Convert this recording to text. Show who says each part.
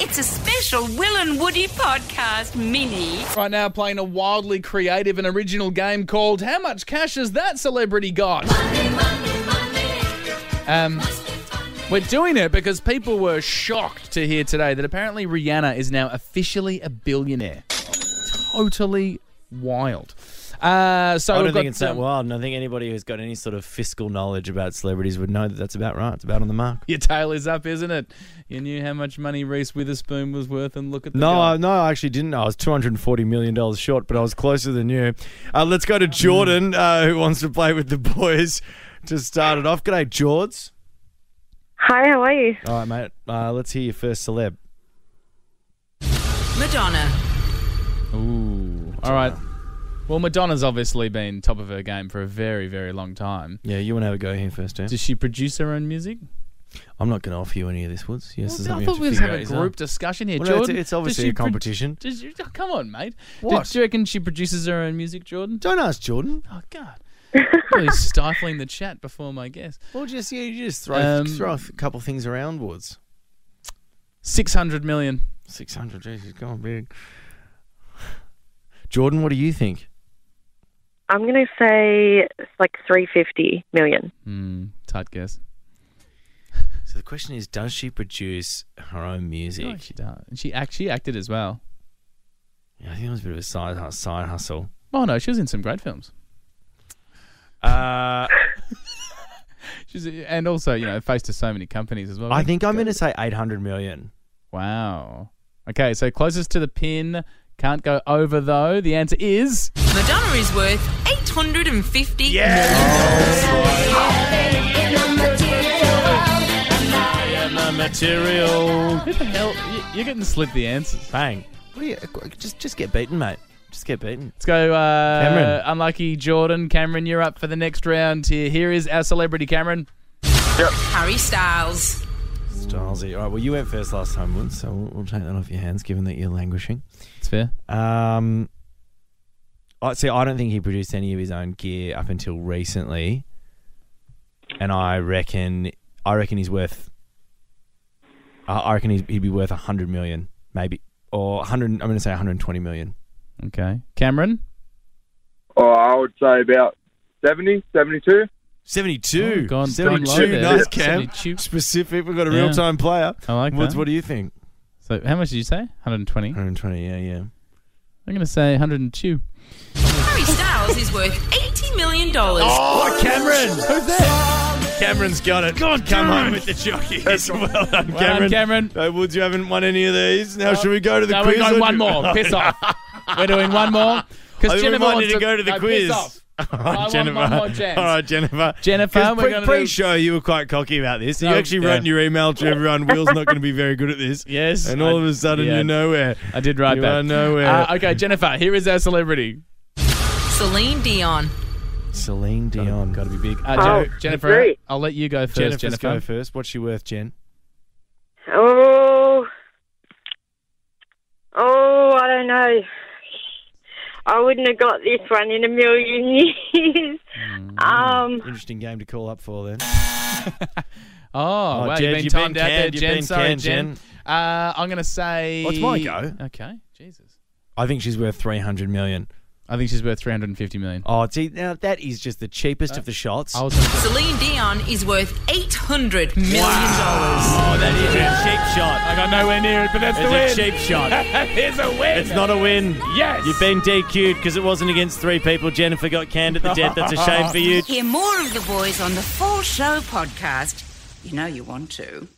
Speaker 1: It's a special Will and Woody podcast mini.
Speaker 2: Right now, playing a wildly creative and original game called How Much Cash Has That Celebrity Got? Um, we're doing it because people were shocked to hear today that apparently Rihanna is now officially a billionaire. Totally wild. Uh, so
Speaker 3: I
Speaker 2: we've
Speaker 3: don't think
Speaker 2: got,
Speaker 3: it's that
Speaker 2: um,
Speaker 3: wild, and I think anybody who's got any sort of fiscal knowledge about celebrities would know that that's about right. It's about on the mark.
Speaker 2: Your tail is up, isn't it? You knew how much money Reese Witherspoon was worth, and look at the
Speaker 3: No,
Speaker 2: guy.
Speaker 3: I, no, I actually didn't. I was two hundred and forty million dollars short, but I was closer than you. Uh, let's go to Jordan, uh, who wants to play with the boys to start it off. G'day, Jords.
Speaker 4: Hi, how are you?
Speaker 3: All right, mate. Uh, let's hear your first celeb.
Speaker 1: Madonna.
Speaker 2: Ooh. All right. Well, Madonna's obviously been top of her game for a very, very long time.
Speaker 3: Yeah, you want to have a go here first, Dan?
Speaker 2: Does she produce her own music?
Speaker 3: I'm not going to offer you any of this, Woods. Yes,
Speaker 2: Well, I thought we was having a group discussion here,
Speaker 3: Well, no, it's-
Speaker 2: Jordan.
Speaker 3: it's obviously
Speaker 2: does she
Speaker 3: a competition.
Speaker 2: does you, oh, come on, mate. Do-
Speaker 3: What?
Speaker 2: Do, you reckon she produces her own music, Jordan?
Speaker 3: Don't ask Jordan.
Speaker 2: Oh God, really stifling the chat before my guess.
Speaker 3: Well, just yeah, you just throw
Speaker 2: Um,
Speaker 3: throw a couple things around, Woods.
Speaker 2: Six hundred million.
Speaker 3: Six hundred, Jesus, come on, big. Jordan, what do you think?
Speaker 4: I'm going to say it's like 350 million.
Speaker 2: Hmm, tight guess.
Speaker 3: So the question is, does she produce her own music?
Speaker 2: Oh, she does. And She act. She acted as well.
Speaker 3: Yeah, I think it was a bit of a side hu- side hustle.
Speaker 2: Oh no, she was in some great films.
Speaker 3: Uh,
Speaker 2: She's and also you know faced to so many companies as well.
Speaker 3: I think I'm going to say eight hundred million.
Speaker 2: Wow. Okay, so closest to the pin. Can't go over though. The answer is
Speaker 1: Madonna is worth 850
Speaker 3: material.
Speaker 2: who the hell? you- You're getting slid the answers.
Speaker 3: Bang! What do you just just get beaten, mate? Just get beaten.
Speaker 2: Let's go, uh,
Speaker 3: Cameron.
Speaker 2: Unlucky Jordan. Cameron, you're up for the next round here. Here is our celebrity, Cameron.
Speaker 1: Harry Styles.
Speaker 3: Stylesy. All right. Well, you went first last time, Woods, so we'll, we'll take that off your hands, given that you're languishing.
Speaker 2: It's fair.
Speaker 3: Um, I see. I don't think he produced any of his own gear up until recently, and I reckon, I reckon he's worth. I I reckon he's, he'd be worth a hundred million, maybe, or hundred. I'm going to say one hundred twenty million.
Speaker 2: Okay. Cameron?
Speaker 5: Oh, I would say about 70, 72.
Speaker 3: Seventy-two.
Speaker 2: Oh, gone-
Speaker 3: Seventy-two.
Speaker 2: gone low there.
Speaker 3: nice, Cam.
Speaker 2: 72.
Speaker 3: Specific. We've got a
Speaker 2: Yeah.
Speaker 3: real-time player.
Speaker 2: I like
Speaker 3: Woods,
Speaker 2: that.
Speaker 3: what do you think?
Speaker 2: So, how much did you say? 120. I'm
Speaker 3: One hundred twenty. Yeah, yeah.
Speaker 2: going to say 102.
Speaker 1: Harry Styles is worth 80 million dollars.
Speaker 3: Oh, Cameron! Who's that? Cameron's got it. God, come on with the jockeys. well done,
Speaker 2: Well done,
Speaker 3: Cameron.
Speaker 2: Cameron.
Speaker 3: No, Woods, you haven't won any of these. Now, should we go to the
Speaker 2: No,
Speaker 3: quiz?
Speaker 2: we're
Speaker 3: or
Speaker 2: doing one
Speaker 3: do-
Speaker 2: more. Piss off. We're doing one more.
Speaker 3: I
Speaker 2: Because
Speaker 3: think we
Speaker 2: Jennifer
Speaker 3: might
Speaker 2: wants
Speaker 3: need to go to the
Speaker 2: no,
Speaker 3: quiz.
Speaker 2: Piss off.
Speaker 3: All
Speaker 2: I
Speaker 3: right,
Speaker 2: want
Speaker 3: Jennifer.
Speaker 2: one more chance.
Speaker 3: All right, Jennifer.
Speaker 2: Jennifer,
Speaker 3: 'Cause
Speaker 2: we're
Speaker 3: pre-
Speaker 2: gonna do-
Speaker 3: pre-show, you were quite cocky about this. You
Speaker 2: Oh,
Speaker 3: actually wrote in
Speaker 2: yeah.
Speaker 3: your email to everyone, "Will's not going to be very good at this."
Speaker 2: Yes.
Speaker 3: And all
Speaker 2: I-
Speaker 3: of a sudden,
Speaker 2: yeah.
Speaker 3: you're nowhere.
Speaker 2: I did write
Speaker 3: you
Speaker 2: that.
Speaker 3: are nowhere.
Speaker 2: Uh, okay, Jennifer, here is our celebrity.
Speaker 1: Celine Dion.
Speaker 3: Celine Dion got to be big.
Speaker 2: Uh,
Speaker 4: Oh,
Speaker 2: Jen- Jennifer,
Speaker 4: great.
Speaker 2: I'll let you go first,
Speaker 3: Jennifer's
Speaker 2: Jennifer.
Speaker 3: go first. What's she worth, Jen?
Speaker 4: Oh, oh, I don't know. I wouldn't have got this one in a million years. Um,
Speaker 3: Interesting game to call up for then.
Speaker 2: Oh, wow,
Speaker 3: Jen,
Speaker 2: you've been
Speaker 3: you've
Speaker 2: timed
Speaker 3: been
Speaker 2: out there,
Speaker 3: canned, you've
Speaker 2: Jen.
Speaker 3: been
Speaker 2: Sorry,
Speaker 3: canned,
Speaker 2: Jen. Uh, I'm going to say.
Speaker 3: Well, it's my go.
Speaker 2: Okay, Jesus.
Speaker 3: I think she's worth three hundred million.
Speaker 2: I think she's worth 350 million.
Speaker 3: Oh, see, now that is just the cheapest of the shots.
Speaker 2: I was gonna go-
Speaker 1: Celine Dion is worth 800 million dollars.
Speaker 3: oh, that is a cheap shot.
Speaker 2: I got nowhere near it, but that's
Speaker 3: It's a cheap shot.
Speaker 2: Here's a win.
Speaker 3: It's not a win.
Speaker 2: Yes.
Speaker 3: You've been DQ'd because it wasn't against three people. Jennifer got canned at the death. That's a shame for you.
Speaker 1: Hear more of the boys on the Full Show podcast. You know you want to.